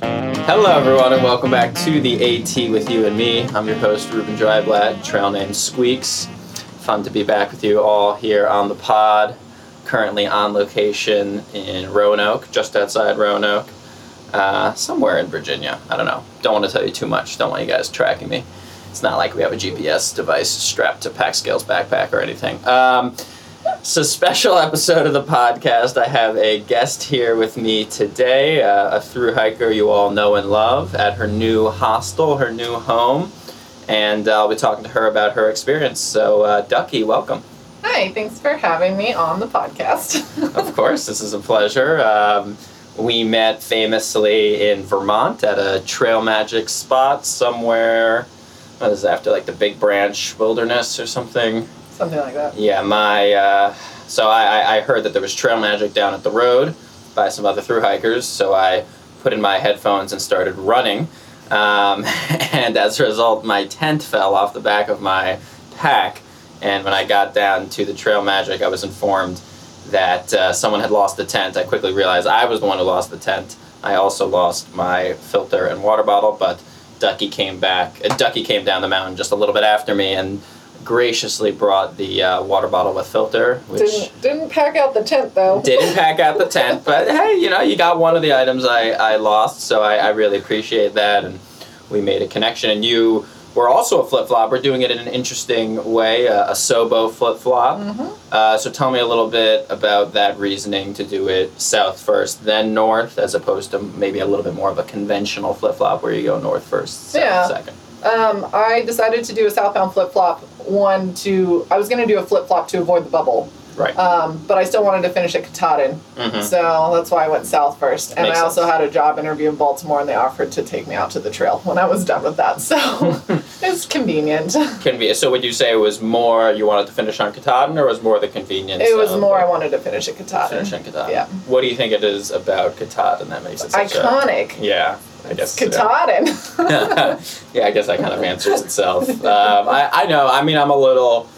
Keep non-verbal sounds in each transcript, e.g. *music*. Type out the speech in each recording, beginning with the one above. Hello, everyone, and welcome back to the AT with you and me. I'm your host, Ruben Dryblatt, trail name Squeaks. Fun to be back with you all here on the pod. Currently on location in Roanoke, just outside Roanoke, uh, somewhere in Virginia. I don't know. Don't want to tell you too much. Don't want you guys tracking me. It's not like we have a GPS device strapped to Packscale's backpack or anything. Um, so, special episode of the podcast. I have a guest here with me today, uh, a through hiker you all know and love at her new hostel, her new home. And uh, I'll be talking to her about her experience. So, uh, Ducky, welcome. Hi, thanks for having me on the podcast. *laughs* of course, this is a pleasure. Um, we met famously in Vermont at a trail magic spot somewhere. What is it, after like the Big Branch Wilderness or something? Something like that. Yeah, my uh, so I, I- I heard that there was trail magic down at the road by some other through hikers, so I put in my headphones and started running. Um, *laughs* and as a result, my tent fell off the back of my pack. And when I got down to the trail magic, I was informed that uh, someone had lost the tent. I quickly realized I was the one who lost the tent. I also lost my filter and water bottle, but Ducky came back. Uh, Ducky came down the mountain just a little bit after me and graciously brought the uh, water bottle with filter, which Didn't didn't pack out the tent though. didn't pack out the tent, but hey, you know, you got one of the items I, I lost, so I, I really appreciate that. And we made a connection. And you were also a flip flop. We're doing it in an interesting way, a, a Sobo flip flop. Mhm. Uh, so tell me a little bit about that reasoning to do it south first, then north, as opposed to maybe a little bit more of a conventional flip flop where you go north first, south Yeah. second. Um, I decided to do a southbound flip flop. One to I was gonna do a flip flop to avoid the bubble, Right. um, but I still wanted to finish at Katahdin, Mhm. so that's why I went south first. And Makes I also sense. had a job interview in Baltimore, and they offered to take me out to the trail when I was done with that. So *laughs* it's convenient. Conve- so would you say it was more you wanted to finish on Katahdin, or was more the convenience? It was of- more I wanted to finish at Katahdin. Finish on Katahdin. Uh, Yeah. What do you think it is about Katahdin that makes it such Iconic. a yeah? I guess Katahdin. *laughs* yeah. *laughs* yeah, I guess that kind of answers itself. Um, I I know. I mean, I'm a little.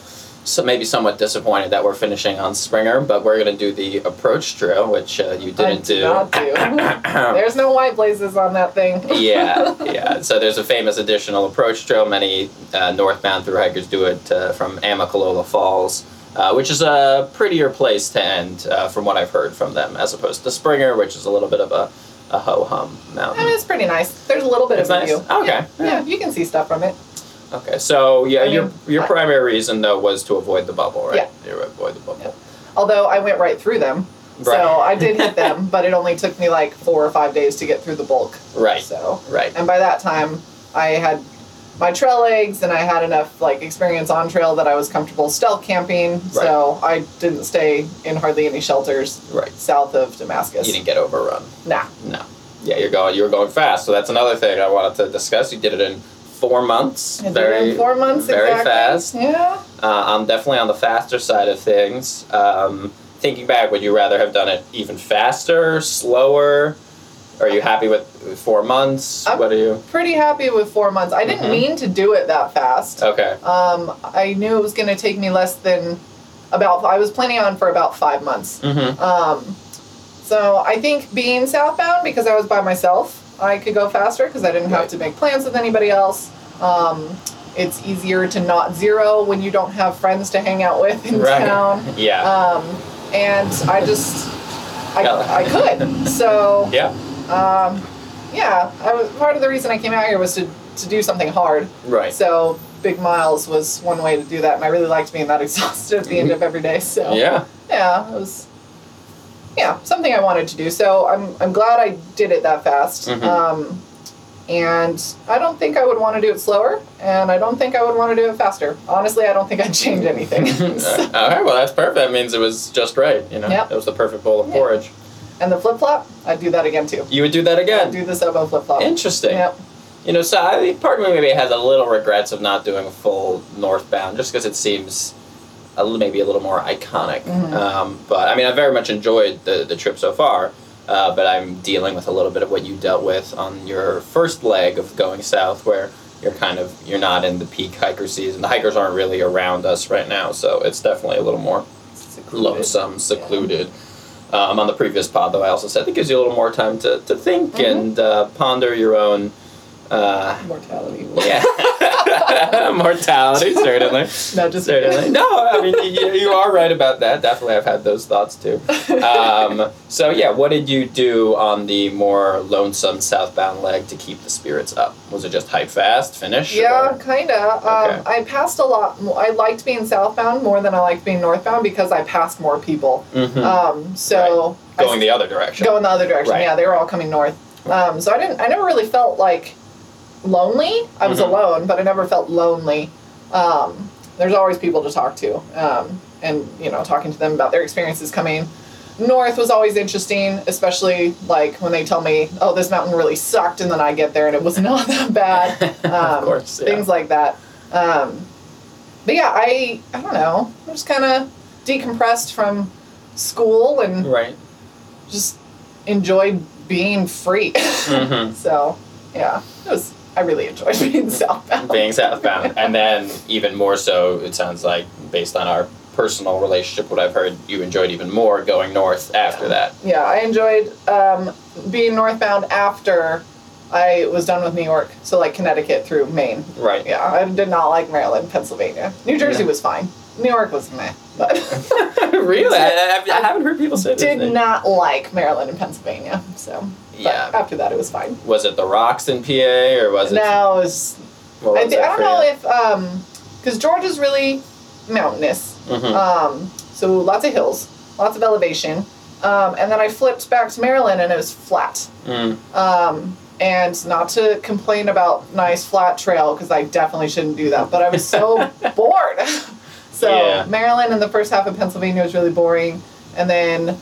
So maybe somewhat disappointed that we're finishing on Springer, but we're gonna do the approach trail, which uh, you I didn't did not do. *coughs* do. There's no white blazes on that thing. *laughs* yeah, yeah. So there's a famous additional approach trail. Many uh, northbound through hikers do it uh, from Amicalola Falls, uh, which is a prettier place to end, uh, from what I've heard from them, as opposed to Springer, which is a little bit of a, a ho hum I mean, mountain. it's pretty nice. There's a little bit It's of nice. Oh, view. Okay. Yeah, Yeah. yeah, you can see stuff from it. Okay, so yeah, I your mean, your I- primary reason though was to avoid the bubble, right? Mm-hmm. Yeah. You avoid the bubble. Yeah. Although I went right through them, Right. so I did hit *laughs* them, but it only took me like four or five days to get through the bulk. Right. So, Right. and by that time, I had my trail legs and I had enough like experience on trail that I was comfortable stealth camping. So I didn't stay in hardly any shelters Right. south of Damascus. You didn't get overrun. Nah. No. Yeah, you're going. You were going fast. So that's another thing I wanted to discuss. You did it in four months. I did it very in four months very exactly. fast. Yeah. Uh, I'm definitely on the faster side of things. Um, thinking back, would you rather have done it even faster, slower? Are you happy with four months? I'm- what are you? Pretty happy with four months. I didn't Mhm. mean to do it that fast. Okay. Um, I knew it was going to take me less than about. I was planning on for about five months. Mm-hmm. Um, so I think being southbound because I was by myself, I could go faster because I didn't have Right. to make plans with anybody else. Um, it's easier to not zero when you don't have friends to hang out with in Right. town. Yeah. Um, and I just, I, Yeah. I could. So yeah. um, yeah, I was part of the reason I came out here was to to do something hard. Right. So big miles was one way to do that, and I really liked being that *laughs* exhausted at the end of every day. So yeah. yeah, it was yeah something I wanted to do. So I'm I'm glad I did it that fast. Mhm. Um, and I don't think I would want to do it slower, and I don't think I would want to do it faster. Honestly, I don't think I'd *laughs* change anything. *laughs* So- All right. Well, that's perfect. That means it was just right. You know, Yep. it was the perfect bowl of Yeah. porridge. and the flip flop, I'd do that again too. You would do that I'd again. do the Sobo flip flop. Interesting. Yep. You know, so I think part of me maybe has a little regrets of not doing a full northbound, just because it seems a little, maybe a little more iconic. Mhm. Um, but I mean, I very much enjoyed the, the trip so far. Uh, but I'm dealing with a little bit of what you dealt with on your first leg of going south, where you're kind of you're not in the peak hiker season. The hikers aren't really around us right now, so it's definitely a little more Secluded. lonesome, secluded. Um, on the previous pod, though, I also said it gives you a little more time to, to think Mhm. and uh, ponder your own. Uh, Mortality. *laughs* yeah, *laughs* mortality certainly. no, just Certainly. No, I mean, you, you are right about that. Definitely, I've had those thoughts too. *laughs* Um, so, yeah, what did you do on the more lonesome southbound leg to keep the spirits up? Was it just hike fast, finish? Yeah, or- kind of. Okay. Um, I passed a lot. mo- I liked being southbound more than I liked being northbound because I passed more people. Mhm. Um, so I Going the other direction. go in the other direction. Right. Yeah, they were all coming north. Um, so I didn't. I never really felt like lonely. I was Mhm. alone, but I never felt lonely. Um, there's always people to talk to, um, and you know, talking to them about their experiences coming north was always interesting, especially like when they tell me, "Oh, this mountain really sucked," and then I get there and it was *laughs* not that bad. *laughs* Um, of course. Yeah. Things like that. Um, but yeah, I I don't know. I'm just kind of decompressed from school and right. just enjoyed being free. hmm *laughs* so, yeah, it was. I really enjoyed *laughs* being southbound. Being southbound. And then, even more so, it sounds like, based on our personal relationship, what I've heard, you enjoyed even more going north after that. Yeah, I enjoyed um, being northbound after I was done with New York. So like Connecticut through Maine. Right. Yeah, I did not like Maryland, Pennsylvania. New Jersey Yeah. was fine. New York was meh, but *laughs* really? I, I- I haven't heard people say this. *laughs* did not like Maryland and Pennsylvania. So but Yeah. after that, it was fine. Was it the rocks in PA or was it? Now it's What I, was thi- it I don't for know you? if um because Georgia's really mountainous. Mhm. Um, so lots of hills, lots of elevation. Um, and then I flipped back to Maryland and it was flat. Mm. Um, and not to complain about nice flat trail because I definitely shouldn't do that, but I *laughs* was so bored. *laughs* so Yeah. Maryland and the first half of Pennsylvania was really boring. And then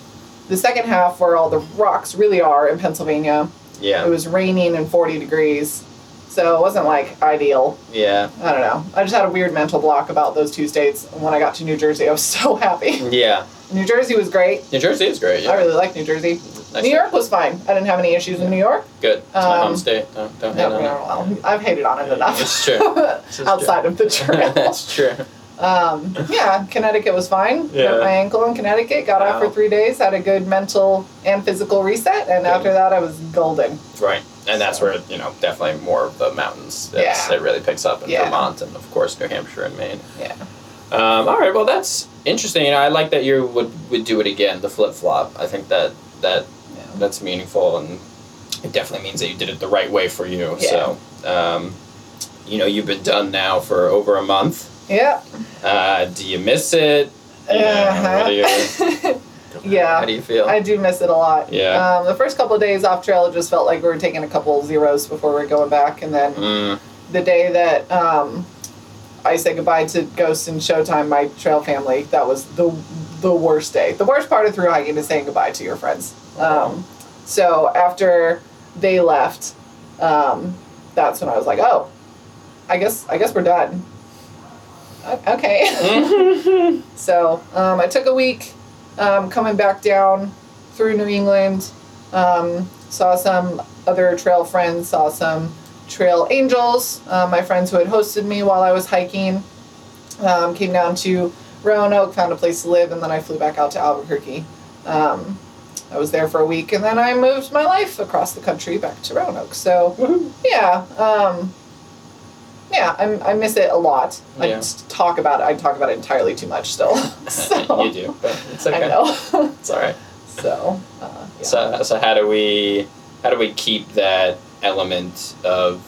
the second half, where all the rocks really are in Pennsylvania, Yeah. it was raining and 40 degrees. So it wasn't like ideal. yeah. I don't know. I just had a weird mental block about those two states. And when I got to New Jersey, I was *laughs* so happy. Yeah. New Jersey was great. New Jersey is great. Yeah. I really like New Jersey. Nice New state. York was fine. I didn't have any issues in New York. Good. It's my Um, home state. Don't, don't hate No, on it. well, I've hated on it enough. It's *laughs* true. It's true. Outside of *laughs* the trail. That's true. um, yeah, Connecticut was fine. Yeah. Hurt my ankle in Connecticut. Got Wow. out for three days. Had a good mental and physical reset. And Good. after that, I was golden. Right. And that's So. where, you know, definitely more of the mountains. That's, Yeah. It really picks up in Yeah. Vermont and, of course, New Hampshire and Maine. Yeah. Um, all right. Well, that's interesting. You know, I like that you would, would do it again, the flip flop. I think that, that yeah. that's meaningful and it definitely means that you did it the right way for you. Yeah. So, um, you know, you've been done now for over a month. Yeah. Uh, do you miss it? You know, what do you- Uh-huh. *laughs* yeah. How do you feel? I do miss it a lot. Yeah. Um, the first couple of days off trail it just felt like we were taking a couple zeros before we are going back, and then mm, the day that um, I said goodbye to Ghost and Showtime, my trail family, that was the the worst day. The worst part of through hiking is saying goodbye to your friends. Um, so after they left, um, that's when I was like, oh, I guess I guess we're done. O- Okay. *laughs* So um, I took a week um, coming back down through New England. Um, saw some other trail friends, saw some trail angels, um, my friends who had hosted me while I was hiking. Um, came down to Roanoke, found a place to live, and then I flew back out to Albuquerque. Um, I was there for a week, and then I moved my life across the country back to Roanoke. So, yeah, um, yeah, I'm, I miss it a lot. I Yeah. just talk about it. I talk about it entirely too much still. *laughs* *laughs* *laughs* so, you do, but it's okay. I know. *laughs* It's all right. so, uh, yeah. So, so how do we how do we keep that element of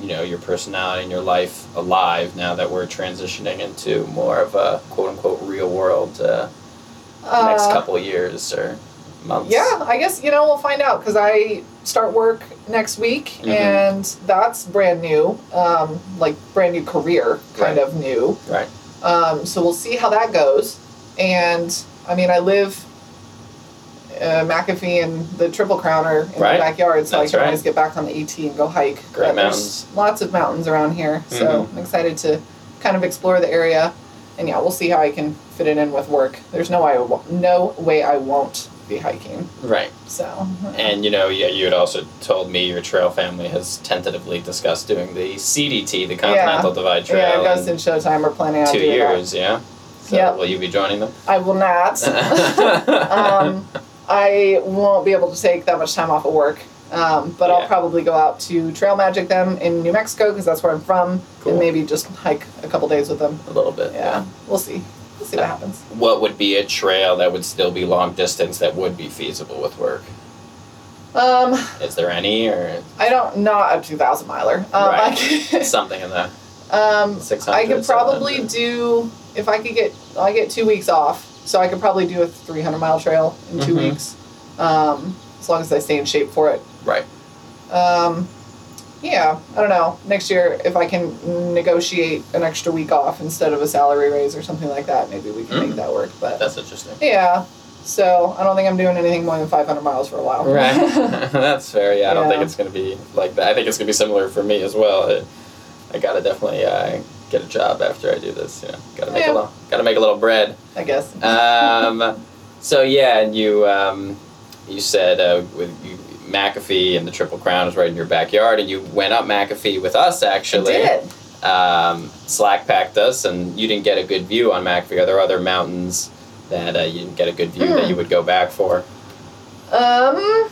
you know your personality and your life alive now that we're transitioning into more of a quote unquote real world uh, next Uh, couple years or months? Yeah, I guess you know we'll find out because I start work next week, Mhm. and that's brand new, um, like brand new career, kind Right. of new. Right. Um, so we'll see how that goes. And I mean, I live uh, McAfee and the Triple Crowner in Right. the backyard, so That's I can right. always get back on the ET and go hike. Great But there's mountains. Mm-hmm. Lots of mountains around here, so I'm excited to kind of explore the area. And yeah, we'll see how I can fit it in with work. There's no way I wo- no way I won't be hiking. Right. So And you know, yeah, you had also told me your trail family has tentatively discussed doing the CDT, the Continental Divide Trail, yeah, Ghost in and Showtime are planning on two doing years. Yeah. So *laughs* Yep. will you be joining them? *laughs* *laughs* that. I will not. *laughs* um, I won't be able to take that much time off of work. Um, but Yeah. I'll probably go out to Trail Magic them in New Mexico because that's where I'm from, Cool. and maybe just hike a couple days with them. a little bit. Yeah, we'll see. We'll see what happens. What would be a trail that would still be long distance that would be feasible with work? Um, Is there any or *laughs* I don't not a two thousand miler. Um, I Right. could, something in the *laughs* um, six hundred? I could probably do if I could get I get two weeks off, so I could probably do a three hundred mile trail in 2 Mhm. weeks, um, as long as I stay in shape for it. Right. Um, yeah, I don't know. Next year, if I can negotiate an extra week off instead of a salary raise or something like that, maybe we can make Mm. that work. But That's interesting. yeah, so I don't think I'm doing anything more than 500 miles for a *laughs* while. That's fair. Yeah, I don't think Yeah. it's going to be like that. I think it's going to be similar for me as well. I, I got to definitely uh, get a job after I do this. You know, got to make a Yeah. little, got to make a little bread. *laughs* I guess. Um, *laughs* so yeah, and you, um, you said uh, with you, McAfee and the Triple Crown is right in your backyard, and you went up McAfee with us I actually. did. Um, slack packed us, and you didn't get a good view on McAfee. Are there other mountains that uh, you didn't get a good view that Mm. you would go back for? Um,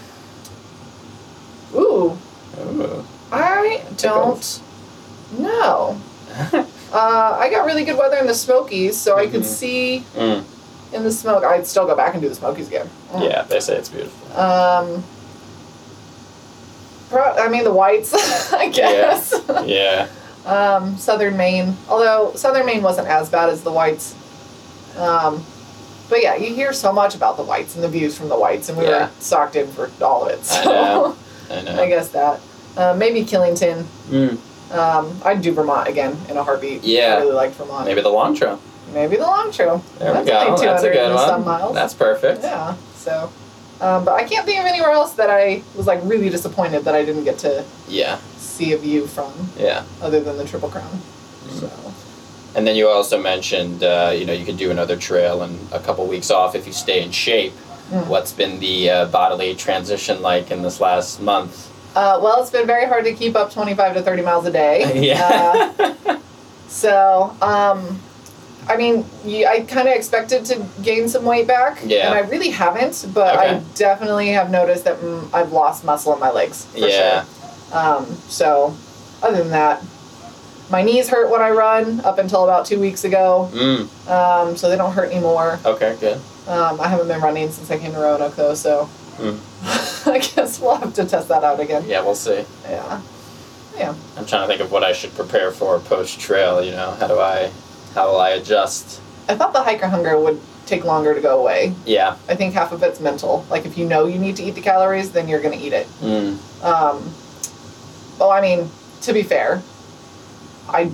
*laughs* ooh, Ooh. I don't know. Mm. Uh, I got really good weather in the Smokies, so I could Mhm. see Mm. in the smoke. I'd still go back and do the Smokies again. Mm. Yeah, they say it's beautiful. Um, pro- I mean the whites, *laughs* I guess. yeah. Um, southern Maine, although southern Maine wasn't as bad as the whites. Um, but yeah, you hear so much about the whites and the views from the whites, and we Yeah. were socked in for all of it. So I know. I know. *laughs* I guess that uh, maybe Killington. Mm, Um, I'd do Vermont again in a heartbeat. Yeah. I really liked Vermont. maybe the long trail. Maybe the Long Trail. There That's we go. only That's a 200 good and one. some miles. That's perfect. Yeah. So, um, but I can't think of anywhere else that I was like really disappointed that I didn't get to Yeah. see a view from Yeah. other than the Triple Crown. Mm-hmm. So And then you also mentioned, uh, you know, you could do another trail and a couple weeks off if you stay in shape. Mm. What's been the uh, bodily transition like in this last *laughs* month? Uh, well, it's been very hard to keep up 25 to 30 miles a day. Uh, *laughs* yeah. so, um, I mean, you, I kind of expected to gain some weight back, Yeah. and I really haven't, but I Okay. definitely have noticed that mm, I've lost muscle in my legs. For yeah. Sure. Um, so, other than that, my knees hurt when I run up until about two weeks ago, Mm. um, so they don't hurt anymore. Okay. Good. Um, I haven't been running since I came to Roanoke, though, so *laughs* Mm. I guess we'll have to test that out again. Yeah. We'll see. Yeah. I'm trying to think of what I should prepare for post trail. You know, how do I, how will I adjust? I thought the hiker hunger would take longer to go away. Yeah. I think half of it's mental. Like if you know you need to eat the calories, then you're gonna eat it. Mm. Um, well, I mean, to be fair, I,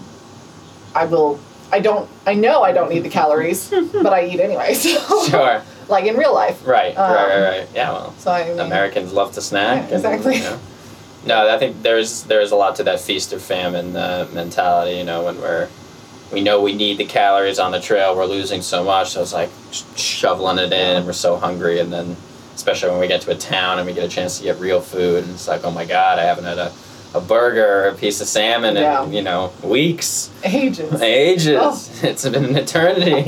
I will. I don't. I know I don't need the *laughs* calories, but I eat anyway. *laughs* So, *laughs* Sure. like in real life. Right, right, Um, right, right. Yeah, well, So I mean, Americans love to snack. Yeah, exactly. And, you know. No, I think there's there's a lot to that feast or famine uh, mentality. You know, when we're we know we need the calories on the trail, we're losing so much, so it's like sh- shoveling it in, and we're so hungry, and then especially when we get to a town and we get a chance to get real food, and it's like, oh my god, I haven't had a a burger or a piece of salmon Yeah. in you know weeks, ages. ages. Oh. *laughs* It's been an *laughs* eternity.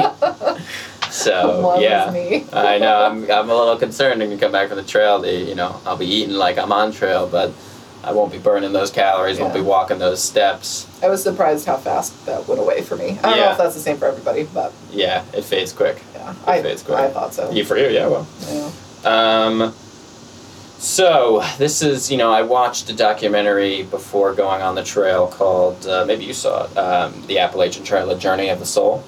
so Woe oh, is yeah, me. I know. I'm, I'm a little concerned when you come back from the trail. The, you know, I'll be eating like I'm on trail, but I won't be burning those calories. Won't be Yeah. walking those steps. I was surprised how fast that went away for me. I don't know Yeah. if that's the same for everybody, but Yeah, it fades quick. yeah, I, fades quick. I thought so. You for you, yeah. Well, Yeah. um, so this is you know I watched a documentary before going on the trail called uh, maybe you saw it, um, the Appalachian Trail: A Journey of the Soul.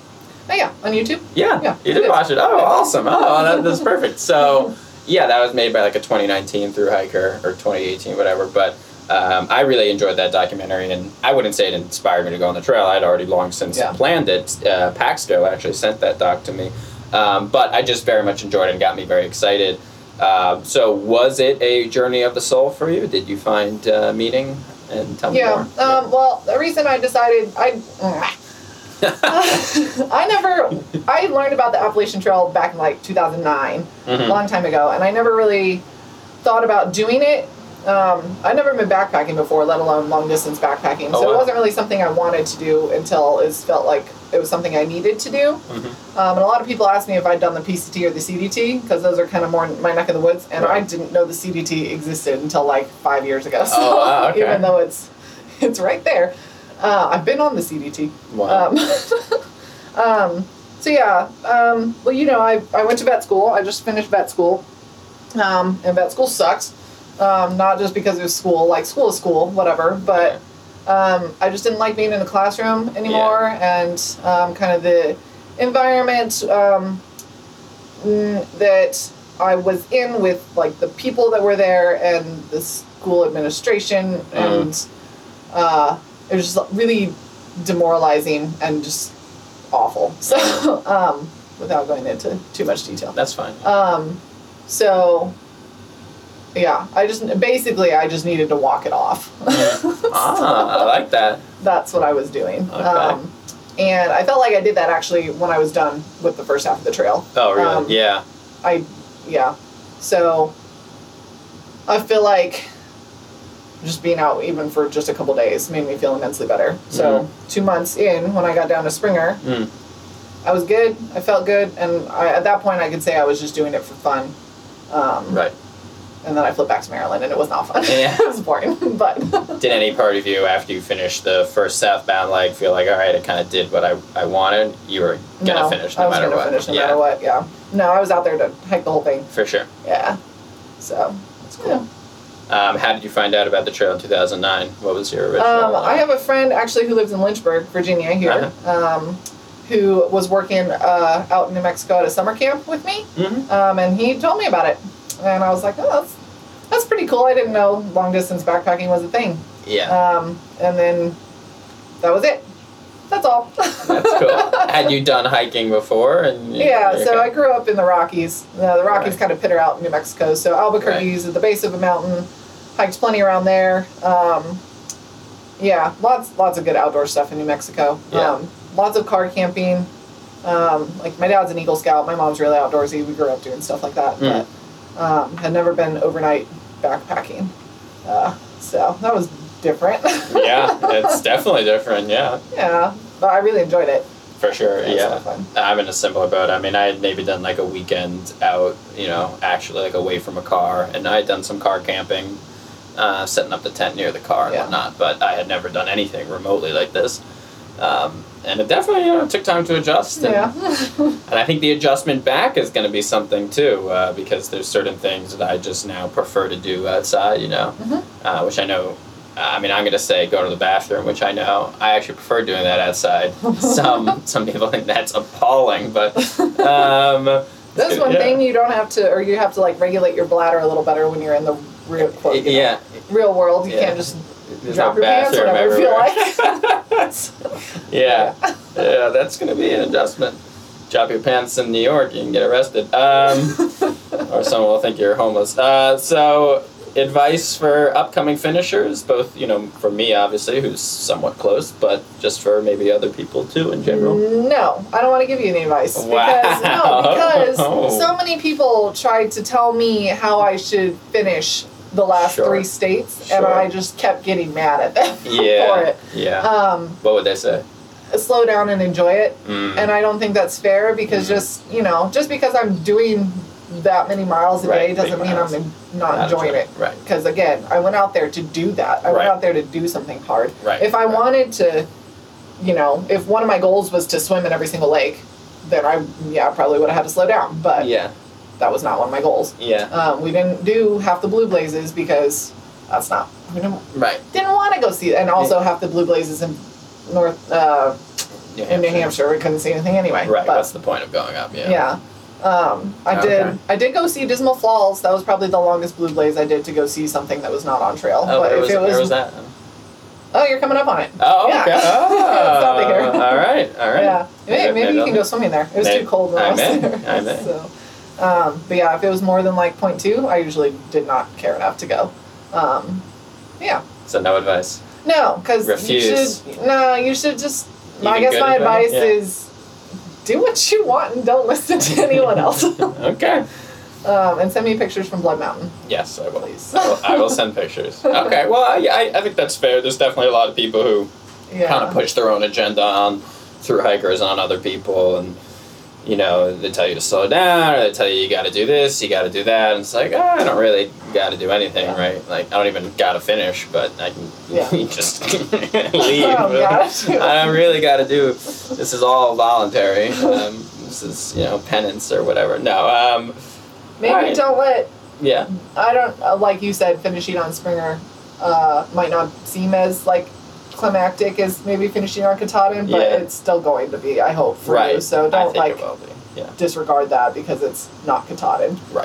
Oh yeah, on YouTube. Yeah, Yeah, you I did did. watch it. Oh, awesome! Oh, that, that's perfect. *laughs* So, yeah, that was made by like a 2019 through hiker or 2018, whatever. But um, I really enjoyed that documentary, and I wouldn't say it inspired me to go on the trail. I'd already long since Yeah. planned it. Uh, Paxco actually sent that doc to me, um, but I just very much enjoyed it and got me very excited. Uh, so, was it a journey of the soul for you? Did you find uh, meaning? And tell yeah. me Um, more. Well, the reason I decided I. *laughs* I never. I learned about the Appalachian Trail back in like 2009, Mhm. a long time ago, and I never really thought about doing it Um, I've never been backpacking before, let alone long distance backpacking. Oh, so wow. it wasn't really something I wanted to do until it felt like it was something I needed to do. Mm-hmm. Um, and a lot of people asked me if I'd done the PCT or the CDT because those are kind of more in my neck of the woods. And I Right. didn't know the CDT existed until like five years ago. *laughs* So Oh, wow, okay. even though it's it's right there, uh, I've been on the CDT. Wow. Um, *laughs* um, so yeah, um, well, you know, I, I went to vet school. I just finished vet school, um, and vet school sucks. Um, not just because it was school, like school is school, whatever. But um, I just didn't like being in the classroom anymore, and um, kind of the environment um, mm, that I was in with like the people that were there and the school administration and uh, it was just really demoralizing and just awful. *laughs* So um, without going into too much *laughs* detail. That's fine. Um, so yeah, I just basically I just needed to walk it off. *laughs* *laughs* ah, I like that. That's what I was doing. Okay. Um, and I felt like I did that actually when I was done with the first half of the trail. Oh, really? Um, yeah. I yeah. So I feel like just being out even for just a couple days made me feel immensely better. So Mm-hmm. two months in, when I got down to Springer, Mm. I was good. I felt good, and I, at that point, I could say I was just doing it for fun. Um, Right. And then I flipped back to Maryland, and it was not fun. Yeah. *laughs* it was boring, but Did any part of you after you finished the first southbound leg feel like, all right, I kind of did what I, I wanted? You were gonna no, finish I no was matter gonna what. finish no yeah, matter what. Yeah. No, I was out there to hike the whole thing. for sure. Yeah. So. That's yeah. cool. Um, how did you find out about the trail in 2009? What was your original? Um, uh, I have a friend actually who lives in Lynchburg, Virginia, here, um, who was working uh, out in New Mexico at a summer camp with me, Mhm. um, and he told me about it, and I was like, oh, that's that's pretty cool. I didn't know long distance backpacking was a thing, Yeah, um, and then that was it. That's all. *laughs* that's cool. had you done hiking before? And Uh, Yeah, so I okay. grew up in the Rockies. Uh, the Rockies Right. kind of pitter out in New Mexico. So Albuquerque's at the base of a mountain. Hiked plenty around there. Um, yeah, lots lots of good outdoor stuff in New Mexico. Yeah. Um, lots of car camping. Um, like my dad's an Eagle Scout. My mom's really outdoorsy. We grew up doing stuff like that. Mm. But um, had never been overnight backpacking. Uh, so that was different. *laughs* yeah, it's definitely different. Yeah, yeah, but I really enjoyed it. for sure. It was a lot yeah. of fun. I'm in a similar boat. I mean, I had maybe done like a weekend out, you know, actually like away from a car, and I had done some car camping, uh, setting up the tent near the car and Yeah. whatnot. But I had never done anything remotely like this, um, and it definitely you know took time to adjust. And, Yeah. and I think the adjustment back is going to be something too, uh, because there's certain things that I just now prefer to do outside, you know, Mhm. uh, which I know. I mean, I'm gonna say go to the bathroom, which I know I actually prefer doing that *laughs* outside. Some some people think that's appalling, but um, That's one yeah. thing you don't have to, or you have to like regulate your bladder a little better when you're in the real quote, you know, yeah, real world. You Yeah. can't just there's drop no your pants bathroom whenever you feel *laughs* everywhere. like. Yeah, yeah, that's gonna be an adjustment. Drop your pants in New York, you can get arrested, *laughs* um, or someone will think you're homeless. Uh, so, advice for upcoming finishers, both you know, for me obviously, who's somewhat close, but just for maybe other people too in Mm, general. No, I don't want to give you any advice because *laughs* Wow. Oh. no, because so many people tried to tell me how I should finish the last Sure. three states, and Sure. I just kept getting mad at them *laughs* for Yeah, it. yeah. Um, what would they say? slow down and enjoy it. Mm. and I don't think that's fair because Mm-hmm. just you know just because I'm doing that many miles a Right, day big doesn't mean miles. I'm en- not, enjoying it. Right. Because again, I went out there to do that. I Right. went out there to do something hard. Right, If I right. wanted to, you know, if one of my goals was to swim in every single lake, then I yeah I probably would have had to slow down. But Yeah. that was not one of my goals. Yeah. Um, we didn't do half the blue blazes because that's not we didn't, Right. didn't want to go see and also half the blue blazes in north uh, New in New Hampshire we couldn't see anything anyway. Right. But, What's the point of going up? Yeah. yeah. Um, I Okay. did. I did go see Dismal Falls. That was probably the longest Blue Blaze I did to go see something that was not on trail. Oh, but where if was, it was, where was that? oh, you're coming up on it. Oh, Yeah. okay. *laughs* It's not bigger. Oh, all right. All right. Yeah, Yeah, maybe, maybe maybe you I'll- can go swimming there. It was May- too cold when I I was may, there. I may. *laughs* So, um, but yeah, if it was more than like point two, I usually did not care enough to go. Um, yeah, So no advice. no, because you Refuse. should. No, you should just. I Even guess good my advice? advice Yeah. *laughs* is, do what you want and don't listen to anyone else. Okay. Um, and send me pictures from Blood Mountain, Yes, I *laughs* will. please. I will, I will send pictures. Okay. Well, I, I, I think that's fair. There's definitely a lot of people who yeah. kind of push their own agenda on through hikers on other people and you know they tell you to slow down or they tell you you got to do this you got to do that and it's like ah, i don't really got to do anything Yeah. right like i don't even got to finish but i can Yeah. *laughs* just *laughs* leave Oh, *laughs* gosh. i don't really got to do this is all voluntary um, this is you know penance or whatever no um, Maybe Alright. don't let yeah I don't uh, like you said finishing on Springer uh, might not seem as like climactic as maybe finishing on Katahdin, but Yeah. it's still going to be. I hope for you. Right. So i don't think like it will be yeah disregard that because it's not Katahdin. no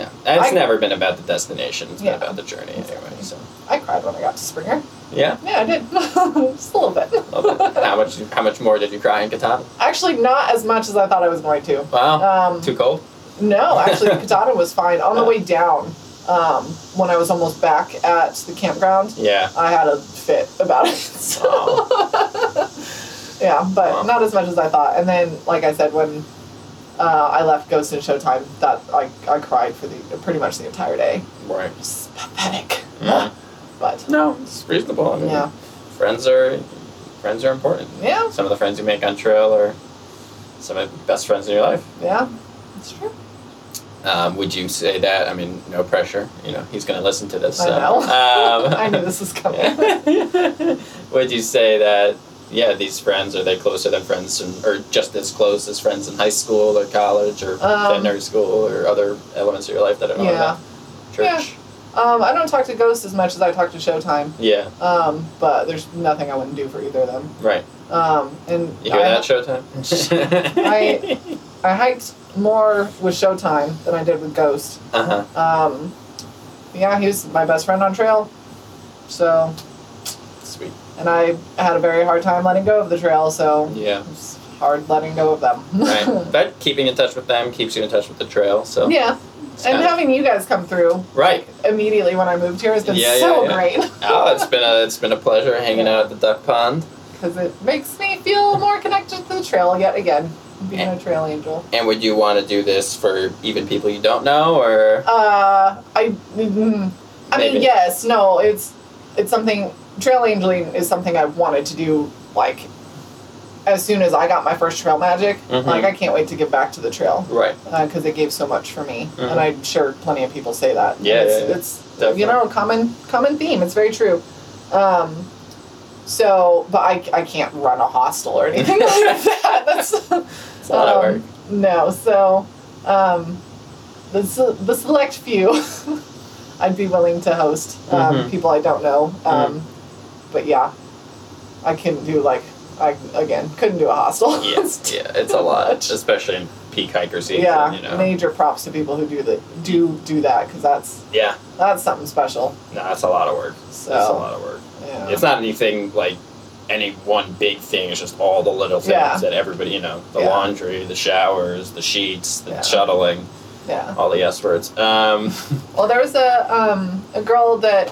and it's I- never been about the destination it's Yeah. been about the journey anyway so I cried when I got to Springer. yeah Yeah, I did *laughs* just a little bit. Love *laughs* it. how much? How much more did you cry in Catan? Actually, not as much as I thought I was going to. Wow, Um, too cold. *laughs* No, actually, Katata was fine. On the Yeah. way down, um, when I was almost back at the campground, Yeah, I had a fit about it. *laughs* So. yeah, but Wow. not as much as I thought. And then, like I said, when uh, I left Ghost and Showtime, that I, I cried for the pretty much the entire day. *laughs* right. It's pathetic. Yeah. But No, it's reasonable. I mean, yeah, friends are friends are important. yeah, Some of the friends you make on trail are some of the best friends in your life. yeah, it's true. Um, would you say that? I mean, no pressure. You know, he's going to listen to this. I so. know. Um, *laughs* I knew this was *laughs* coming. would you say that? Yeah, these friends are they closer than friends, in, or just as close as friends in high school or college or Um, veterinary school or other elements of your life that are not Yeah. about church? *laughs* Um, I don't talk to Ghost as much as I talk to Showtime, Yeah, um, but there's nothing I wouldn't do for either of them. right. Um, and You hear I, that, Showtime? *laughs* *laughs* I- I hiked more with Showtime than I did with Ghost. uh huh. Um, yeah, he was my best friend on trail. So, Sweet. and I had a very hard time letting go of the trail, so Yeah. it's hard letting go of them. *laughs* Right. But keeping in touch with them keeps you in touch with the trail. So yeah, it's and kinda- having you guys come through right. immediately when I moved here has been Yeah, yeah, so yeah. great Oh, it's been a it's been a pleasure hanging out at the duck pond, because it makes me feel more connected to the trail yet again. Being a trail angel. and would you want to do this for even people you don't know, or Uh, I, mm, I mean, Maybe. yes, no, it's it's something. Trail angeling is something I wanted to do like as soon as I got my first trail magic. Mhm. Like I can't wait to give back to the trail right? because it uh, gave so much for me, Mhm. and I'm sure plenty of people say that. Yeah, it's, yeah, yeah. it's Definitely. you know a common common theme. It's very true. Um, so, but I, I can't run a hostel or anything *laughs* like that. That's It's a lot of um, work. No, so um, the se- the select few *laughs* I'd be willing to host um, Mhm. people I don't know. Um, But yeah, I couldn't do like I again couldn't do a hostel. *laughs* Yeah, yeah, it's a lot, much. especially in peak hiker season. yeah. you know. Major props to people who do the do do that because that's Yeah, that's something special. no, that's a lot of work. So uh, That's a lot of work. yeah. It's not anything like any one big thing. It's just all the little things Yeah. that everybody, you know, the Yeah. laundry, the showers, the sheets, the Yeah. shuttling, yeah. all the S words. *laughs* Um, Well, there was a um, a girl that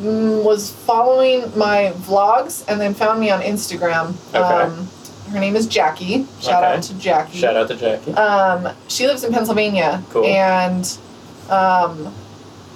mm, was following my vlogs and then found me on Instagram. Okay. Um, her name is Jackie. Shout Okay. out to Jackie. shout out to Jackie. Um, she lives in Pennsylvania. Cool. And um,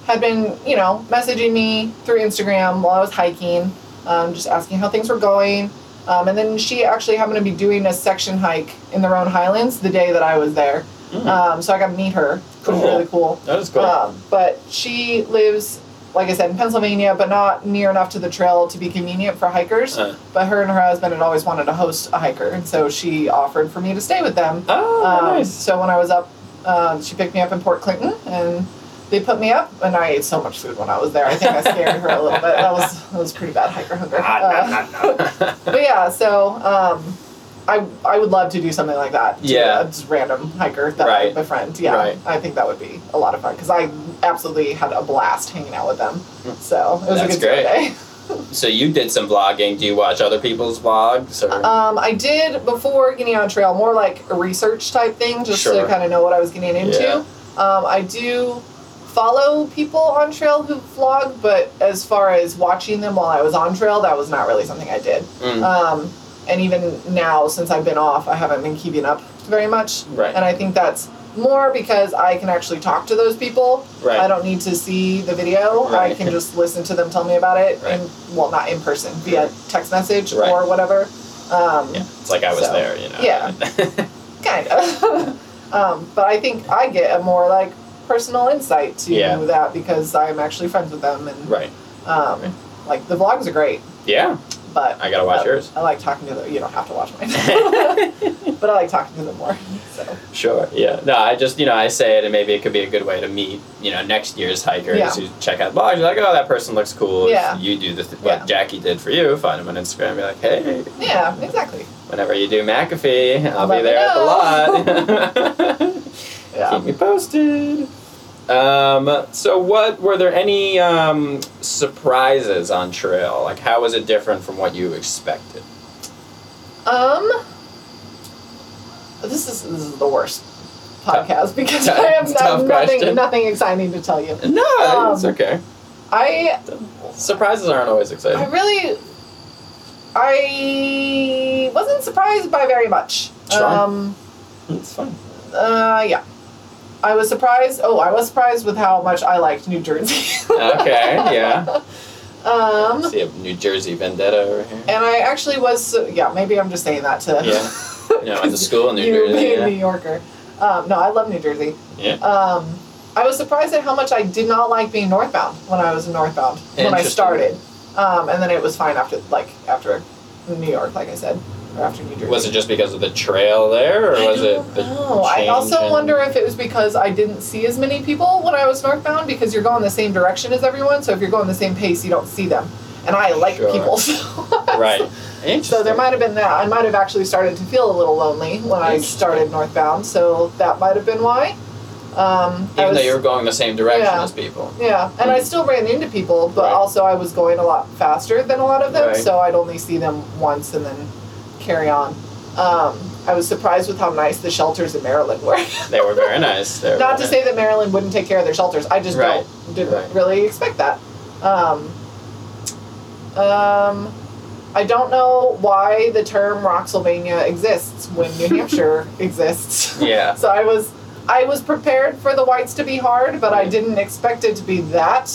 had been, you know, messaging me through Instagram while I was hiking, um, just asking how things were going. Um, and then she actually happened to be doing a section hike in the Roan Highlands the day that I was there. Mm, Um, so I got to meet her, which was Cool. really cool. that is cool. Um, but she lives, like I said, in Pennsylvania, but not near enough to the trail to be convenient for hikers. Uh, But her and her husband had always wanted to host a hiker, and so she offered for me to stay with them. oh, Um, nice. So when I was up, um, she picked me up in Port Clinton, and they put me up, and I ate so much food when I was there. I think I scared her a little bit. That was that was pretty bad hiker hunger. Ah, Uh, but yeah, so. Um, I, I would love to do something like that. to Yeah. a just random hiker that I Right. befriend. Yeah, Right. I think that would be a lot of fun because I absolutely had a blast hanging out with them. So it was Hmm. That's a good great. *laughs* day. *laughs* so you did some vlogging. Do you watch other people's vlogs or? Um, I did before getting on trail more like a research type thing just to Sure. kind of know what I was getting into. Yeah. Um, I do follow people on trail who vlog, but as far as watching them while I was on trail, that was not really something I did. Mm, Um, and even now, since I've been off, I haven't been keeping up very much. right. And I think that's more because I can actually talk to those people. Right. I don't need to see the video. I Right. can just listen to them tell me about it, Right. and well, not in person, via text message Right. or whatever. Um, Yeah, it's like I was So, there, you know. yeah. Kind of. *laughs* um, but I think I get a more like personal insight to Yeah. that because I'm actually friends with them, *laughs* and right. um, Right. like the vlogs are great, Yeah, but I gotta watch Uh, yours. I like talking to them. You don't have to watch mine, *laughs* but I like talking to them more. So Sure. Yeah. No, I just you know I say it, and maybe it could be a good way to meet you know next year's hikers Yeah. who check out blogs. You're like, oh, that person looks cool. If Yeah. You do the th- Yeah. what Jackie did for you. Find him on Instagram. Be like, hey, yeah, exactly. whenever you do McAfee, I'll Let be me there at the lot. *laughs* *laughs* Yeah. Keep me posted. Um, so what were there any um, surprises on trail? Like how was it different from what you expected? Um, this is this is the worst podcast because I have Tough no- nothing question. nothing exciting to tell you. No, it's Um, okay. I Surprises aren't always I exciting. really I wasn't surprised by very much. Sure. Um, It's fine. uh, yeah. I was surprised. Oh, I was surprised with how much I liked New Jersey. *laughs* Okay, yeah. Um, See a New Jersey vendetta over here. And I actually was, yeah, maybe I'm just saying that to *laughs* Yeah. You know, at the school in New you Jersey. being yeah. New Yorker. Um, no, I love New Jersey. Yeah. Um, I was surprised at how much I did not like being northbound when I was in northbound when I Interesting. started, um, and then it was fine after like after New York, like I said, or after New Jersey. Was it just because of the trail there, or I was don't it? The know. I change also in- wonder if it was because I didn't see as many people when I was northbound because you're going the same direction as everyone, so if you're going the same pace, you don't see them. And I like Sure. people, *laughs* so Right. Interesting. So there might have been that. I might have actually started to feel a little lonely when I Interesting. started northbound, so that might have been why. Um, I Even was, though you were going the same direction Yeah. as people. yeah, and I still ran into people, but Right. also I was going a lot faster than a lot of them, Right. so I'd only see them once and then carry on. Um, I was surprised with how nice the shelters in Maryland were. *laughs* They were very nice. They were Not to very say that Maryland wouldn't take care of their shelters. I just Right. don't didn't Right. really expect that. Um, um, I don't know why the term Roxylvania exists when *laughs* New Hampshire exists. Yeah. *laughs* So I was I was prepared for the whites to be hard, but I Right. didn't expect it to be that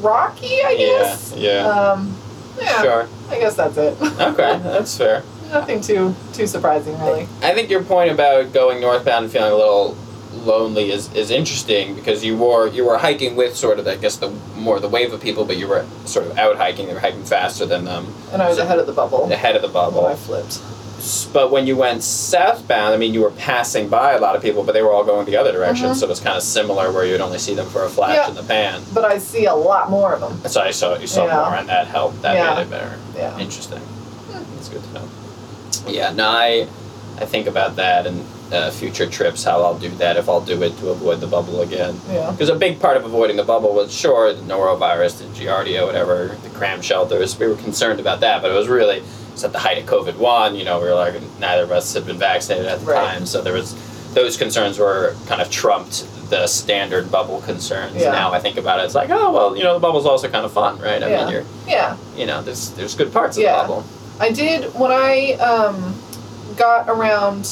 rocky. I guess. Mm. Yeah. Um, yeah. Yeah. Sure. I guess *laughs* that's it. Okay, that's fair. Nothing too too surprising, really. I think your point about going northbound and feeling a little lonely is, is interesting because you were you were hiking with sort of I guess the more the wave of people, but you were sort of out hiking. You were hiking faster than them, And I was ahead of the bubble. ahead of the Oh, I bubble. flipped. S- But when you went southbound, I mean, you were passing by a lot of people, but they were all going the other direction, Mhm. so it was kind of similar where you would only see them for a flash Yeah. in the pan. But I see a lot more of them. So I saw you saw Yeah. more, and that helped. That Yeah. Hmm. made it better. Yeah. Interesting. That's good to know. Yeah, no, I, I think about that and uh, future trips, how I'll do that if I'll do it to avoid the bubble again. Yeah. Because a big part of avoiding the bubble was sure the norovirus, the giardia, whatever, the cram shelters. We were concerned about that, but it was really it's at the height of COVID one. You know, we were like neither of us had been vaccinated at the Right. time, so there was those concerns were kind of trumped the standard bubble concerns. Yeah. Now I think about it, it's like oh well, you know, the bubble's also kind of fun, right? I Yeah. mean, you're Yeah. you know, there's there's good parts of Yeah. the bubble. I did when I um, got around.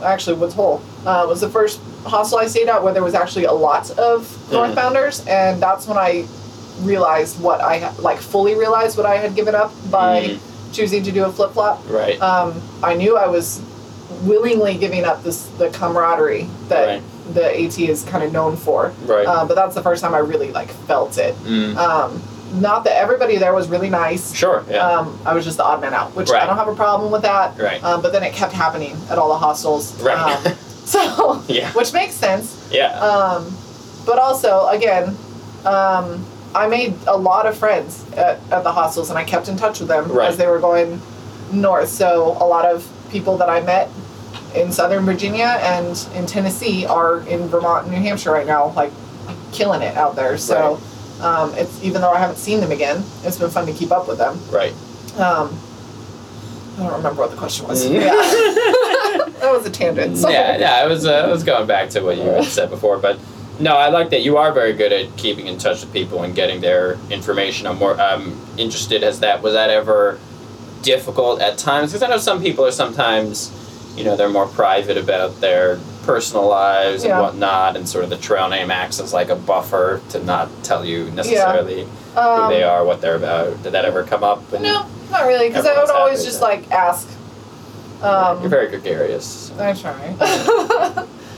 Actually, Woods Hole uh, was the first hostel I stayed at where there was actually a lot of Northbounders, and that's when I realized what I ha- like fully realized what I had given up by Mhm. choosing to do a flip flop. Right. Um, I knew I was willingly giving up this the camaraderie that Right. the AT is kind of known for, Right. uh, but that's the first time I really like felt it. mm. Um, not that everybody there was really nice. Sure. Yeah. Um, I was just the odd man out, which I Right. don't have a problem with that. right. Um, but then it kept happening at all the hostels. Right. *laughs* Um, so, yeah. which makes sense. Yeah. Um, but also, again, um, I made a lot of friends at, at the hostels and I kept in touch with them Right. as they were going north. So, a lot of people that I met in southern Virginia and in Tennessee are in Vermont and New Hampshire right now, like killing it out there. So, um, it's even though I haven't seen them again, it's been fun to keep up with them. right. Um, I don't remember what the question was. Mm. Yeah. *laughs* that was a tangent. So. Yeah, yeah. I was, uh, I was going back to what you had said before, but no, I like that you are very good at keeping in touch with people and getting their information. I'm more, I'm interested as that was that ever difficult at times because I know some people are sometimes, you know, they're more private about their personal lives Yeah. and whatnot, and sort of the trail name acts as like a buffer to not tell you necessarily who Um, they are, what they're about. Did that ever come up? And No, not really, because I Everyone's would always happy, just yeah. like ask. Um, You're very gregarious. I try.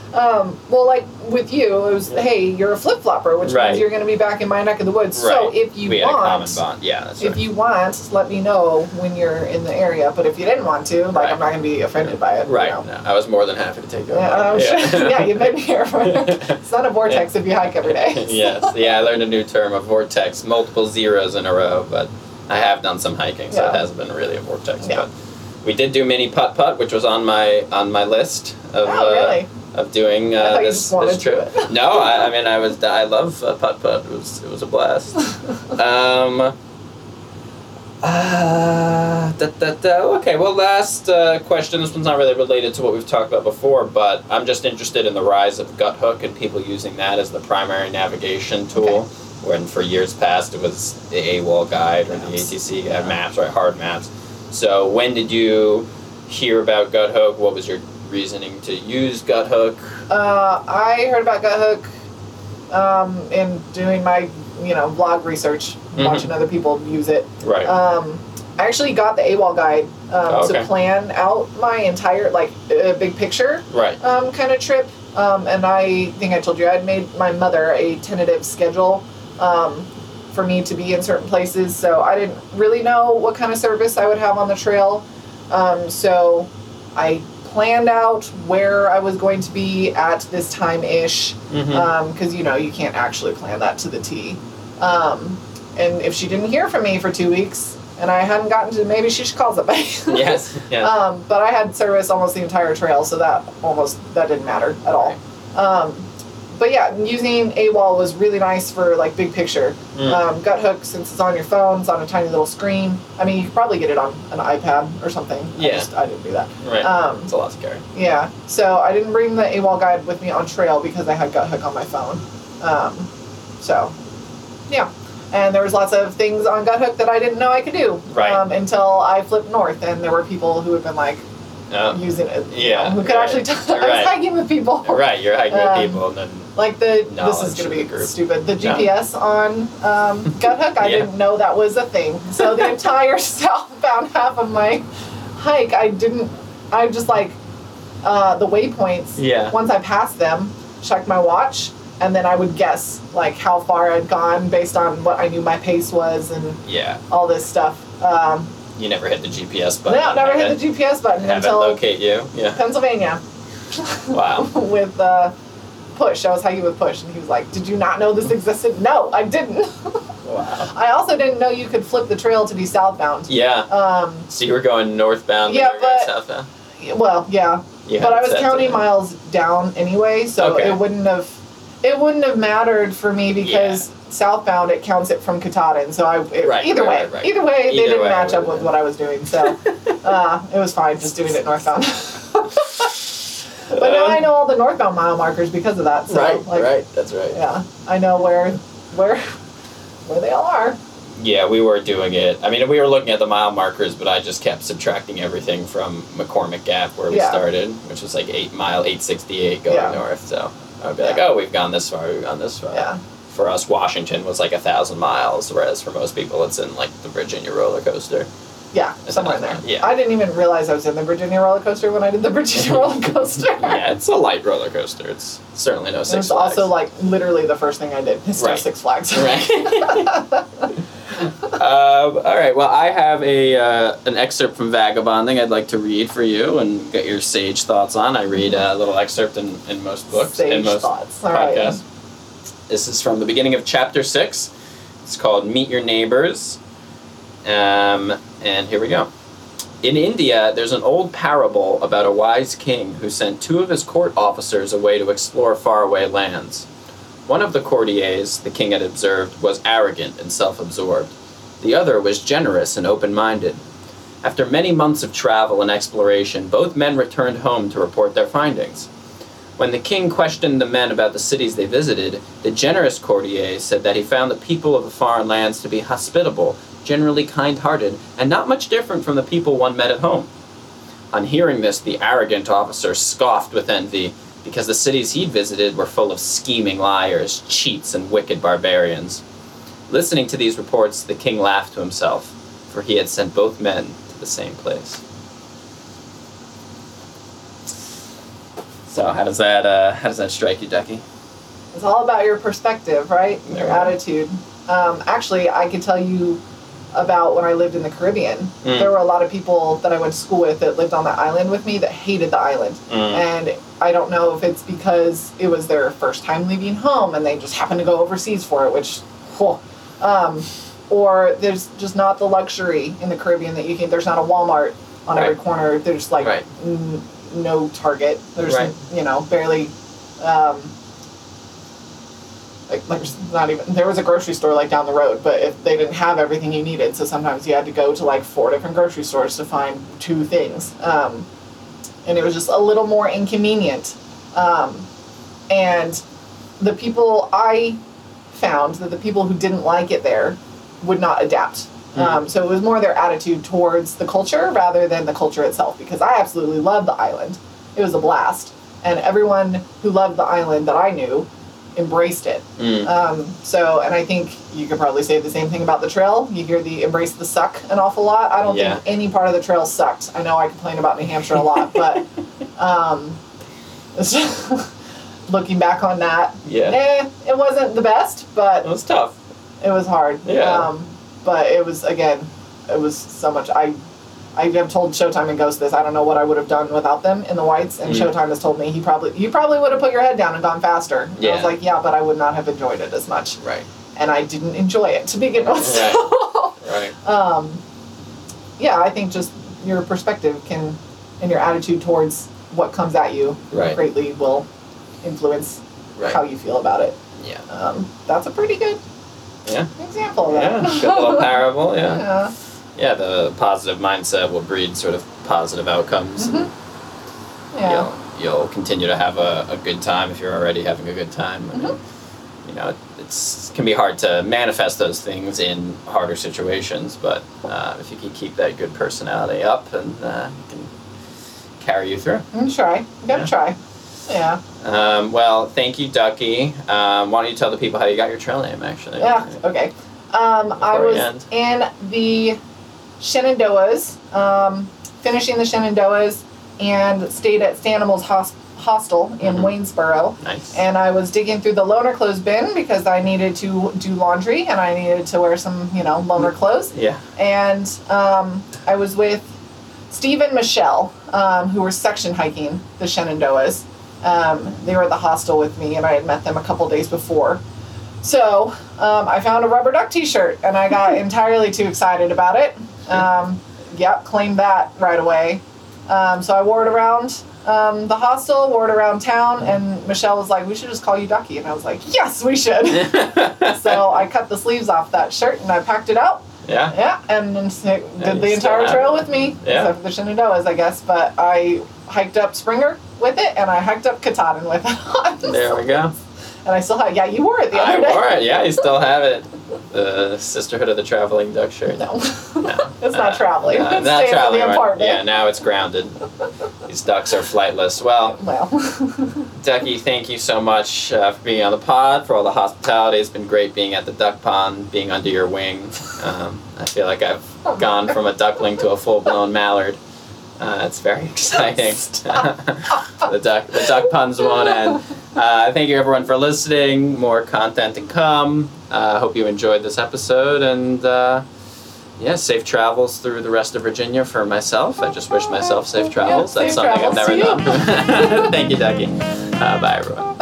*laughs* um, well, like with you, it was Yeah. hey, you're a flip flopper, which Right. means you're going to be back in my neck of the woods. So Right. if you we had a want, common bond. Yeah, that's if right. you want, let me know when you're in the area. But if you didn't want to, like Right. I'm not going to be offended by it. you right. know. No, I was more than happy to take you. Yeah, up I'm on it. Sure, *laughs* yeah, you've been here. For, it's not a vortex if you hike every day. *laughs* yes. Yeah, I learned a new term, a vortex, multiple zeros in a row, but I have done some hiking, so Yeah. it hasn't been really a vortex. Yeah. But we did do mini putt putt, which was on my on my list of Oh, really? uh, of doing I uh, thought you this just wanted this trip. to. no, I, I mean I was I love uh, putt putt. It was it was a blast. *laughs* Um. Uh, da, da, da. Okay, well, last uh, question. This one's not really related to what we've talked about before, but I'm just interested in the rise of Gut Hook and people using that as the primary navigation tool. Okay. When for years past it was the AWOL guide or Maps. the ATC guide, maps, right? Hard maps. So, when did you hear about Gut Hook? What was your reasoning to use Gut Hook? Uh, I heard about Gut Hook um, in doing my, you know, blog research, Mhm. watching other people use it. Right. Um, I actually got the AWOL guide um, Oh, okay. to plan out my entire, like, uh, big picture *laughs* right. um, kind of trip. Um, and I think I told you I'd made my mother a tentative schedule um, for me to be in certain places. So I didn't really know what kind of service I would have on the trail. Um, so I planned out where I was going to be at this time ish Mm-hmm. because you know you can't actually plan that to the T. Um, and if she didn't hear from me for two weeks and I hadn't gotten to, maybe she should call somebody. yes. Yes. Um, but I had service almost the entire trail, so that almost that didn't matter at all. Um, but yeah, using AWOL was really nice for like big picture. Mm. Um, Gut Hook, since it's on your phone, it's on a tiny little screen. I mean, you could probably get it on an iPad or something. I, Yeah. just, I didn't do that. right. Um, it's a lot to carry. yeah, so I didn't bring the AWOL guide with me on trail because I had Gut Hook on my phone. Um, so, yeah. And there was lots of things on Gut Hook that I didn't know I could do Right. um, until I flipped north, and there were people who had been like Um, using it. you yeah, know, who could right, actually *laughs* tell? I was right. hiking with people. Right, you're hiking Um, with people, and then Like the this is Knowledge gonna of be the group. stupid. The Yeah. GPS on um, Gut Hook, *laughs* I Yeah. didn't know that was a thing. *laughs* So the entire *laughs* southbound half of my hike, I didn't. I just like uh, the waypoints. Yeah. Once I passed them, checked my watch, and then I would guess like how far I'd gone based on what I knew my pace was and yeah, all this stuff. Um, you never hit the GPS but button. no, never hit haven't- the GPS button haven't until locate you. *laughs* Yeah. Pennsylvania. Wow. *laughs* with uh, Push. I was hiking with Push, and he was like, "Did you not know this existed?" No, I didn't. *laughs* Wow. I also didn't know you could flip the trail to be southbound. Yeah. Um, So you were going northbound, Yeah, but you were going but- southbound. well, yeah, You but hadn't I was said counting that. miles down anyway, so Okay. it wouldn't have it wouldn't have mattered for me because southbound it counts it from Katahdin. So I it, Right, either way, right, right, right. either way, they Either didn't way, match it would've up with been- what I was doing, *laughs* so uh, it was fine just doing it northbound. *laughs* but now I know all the northbound mile markers because of that. So Um, *laughs* right, like, right. That's right. yeah i know where where where they all are Yeah, we were doing it. I mean, we were looking at the mile markers, but I just kept subtracting everything from McCormick Gap where we Yeah. started, which was like eight mile, eight sixty eight going Yeah. north. So I would be like, Yeah. oh, we've gone this far, we've gone this far. yeah For us, Washington was like a thousand miles, whereas for most people, it's in like the Virginia roller coaster. yeah It's somewhere in not there fun, yeah. i didn't even realize i was in the virginia roller coaster when i did the *laughs* *laughs* virginia roller coaster yeah, it's a light roller coaster. It's certainly no it Six was Flags. also like literally the first thing i did is go Right. six flags *laughs* *laughs* right. *laughs* um, all right. Well, I have a uh, an excerpt from Vagabonding I'd like to read for you and get your sage thoughts on. I read a little excerpt in, in most books in sage most thoughts all right podcast. This is from the beginning of chapter six. It's called Meet Your Neighbors. Um, and here we go. In India, there's an old parable about a wise king who sent two of his court officers away to explore faraway lands. One of the courtiers, the king had observed, was arrogant and self absorbed. The other was generous and open minded. After many months of travel and exploration, both men returned home to report their findings. When the king questioned the men about the cities they visited, the generous courtier said that he found the people of the foreign lands to be hospitable, generally kind hearted, and not much different from the people one met at home. On hearing this, the arrogant officer scoffed with envy. because the cities he'd visited were full of scheming liars, cheats, and wicked barbarians. Listening to these reports, the king laughed to himself, for he had sent both men to the same place. So how does that uh, how does that strike you, Ducky? It's all about your perspective, right? And Your Yeah. attitude. Um, actually, I could tell you about when I lived in the Caribbean. Mm. There were a lot of people that I went to school with that lived on the island with me that hated the island. Mm. And I don't know if it's because it was their first time leaving home and they just happened to go overseas for it, which, whew. um, or there's just not the luxury in the Caribbean that you can, there's not a Walmart on every Right. corner. There's like Right. n- no Target. There's, Right. you know, barely, um, like, there's not even, there was a grocery store like down the road, but if they didn't have everything you needed, so sometimes you had to go to like four different grocery stores to find two things. Um, and it was just a little more inconvenient. Um, and the people I found that the people who didn't like it there would not adapt. Um, so it was more their attitude towards the culture rather than the culture itself because I absolutely loved the island. It was a blast. And everyone who loved the island that I knew embraced it. Mm. Um, so, and I think you could probably say the same thing about the trail. You hear the embrace the suck an awful lot. I don't Yeah. think any part of the trail sucked. I know I complain about New Hampshire *laughs* a lot, but um, *laughs* looking back on that, Yeah, eh, it wasn't the best, but it was tough. it was hard. Yeah. Um, but it was again, it was so much. I, I have told Showtime and Ghost this. I don't know what I would have done without them in the whites. And Mm. Showtime has told me he probably you probably would have put your head down and gone faster. And I was Yeah. like, yeah, but I would not have enjoyed it as much, Right, and I didn't enjoy it to begin with. *laughs* So, right. um, yeah, I think just your perspective can, and your attitude towards what comes at you, Right. greatly will influence Right. how you feel about it. Yeah. Um, that's a pretty good Yeah. example of Yeah. *laughs* that. Good little parable. Yeah. Yeah. Yeah. The positive mindset will breed sort of positive outcomes. Mhm. Yeah. You'll, you'll continue to have a, a good time if you're already having a good time. I mean, Mm-hmm. You know, it's it can be hard to manifest those things in harder situations, but uh, if you can keep that good personality up and uh, it can carry you through. I'm gonna try. I'm gonna Yeah. try. Yeah. Um, well, thank you, Ducky. Um, why don't you tell the people how you got your trail name, actually? Yeah. Okay. Um, I Before we was end. in the Shenandoahs, um, finishing the Shenandoahs, and stayed at Stanimals Hos- Hostel in Mhm. Waynesboro. Nice. And I was digging through the loaner clothes bin because I needed to do laundry and I needed to wear some, you know, loaner clothes. yeah. *laughs* and um, I was with Steve and Michelle, um, who were section hiking the Shenandoahs. Um, they were at the hostel with me, and I had met them a couple days before. So um, I found a rubber duck T-shirt, and I got entirely too excited about it. Um, yep, claimed that right away. Um, so I wore it around um, the hostel, wore it around town, and Michelle was like, "We should just call you Ducky," and I was like, "Yes, *laughs* we should." *laughs* so I cut the sleeves off that shirt, and I packed it up, yeah. yeah, and then s- Yeah, did the you still entire have trail it. with me, Yeah. except for the Shenandoahs, I guess. But I hiked up Springer with it, and I hiked up Katahdin with it. *laughs* There we go. And I still have, yeah, you wore it the I other day. wore it. Yeah, you still have it. The Sisterhood of the Traveling Duck shirt. *laughs* No, *laughs* No. it's not Uh, traveling. no, it's not staying traveling. right? in the apartment. Yeah, now it's grounded. These ducks are flightless. Well, Well, *laughs* Ducky, thank you so much uh, for being on the pod, for all the hospitality. It's been great being at the duck pond, being under your wing. Um, I feel like I've Oh, gone from a duckling to a full blown mallard. Uh, it's very *laughs* exciting. the duck, the duck puns won't end. Uh, thank you everyone for listening. More content to come. Uh, hope you enjoyed this episode and uh, yeah, safe travels through the rest of Virginia for myself. I just wish myself safe travels. Yeah, That's safe something I've travels never *laughs* to you. done. thank you, Ducky. Uh, bye everyone.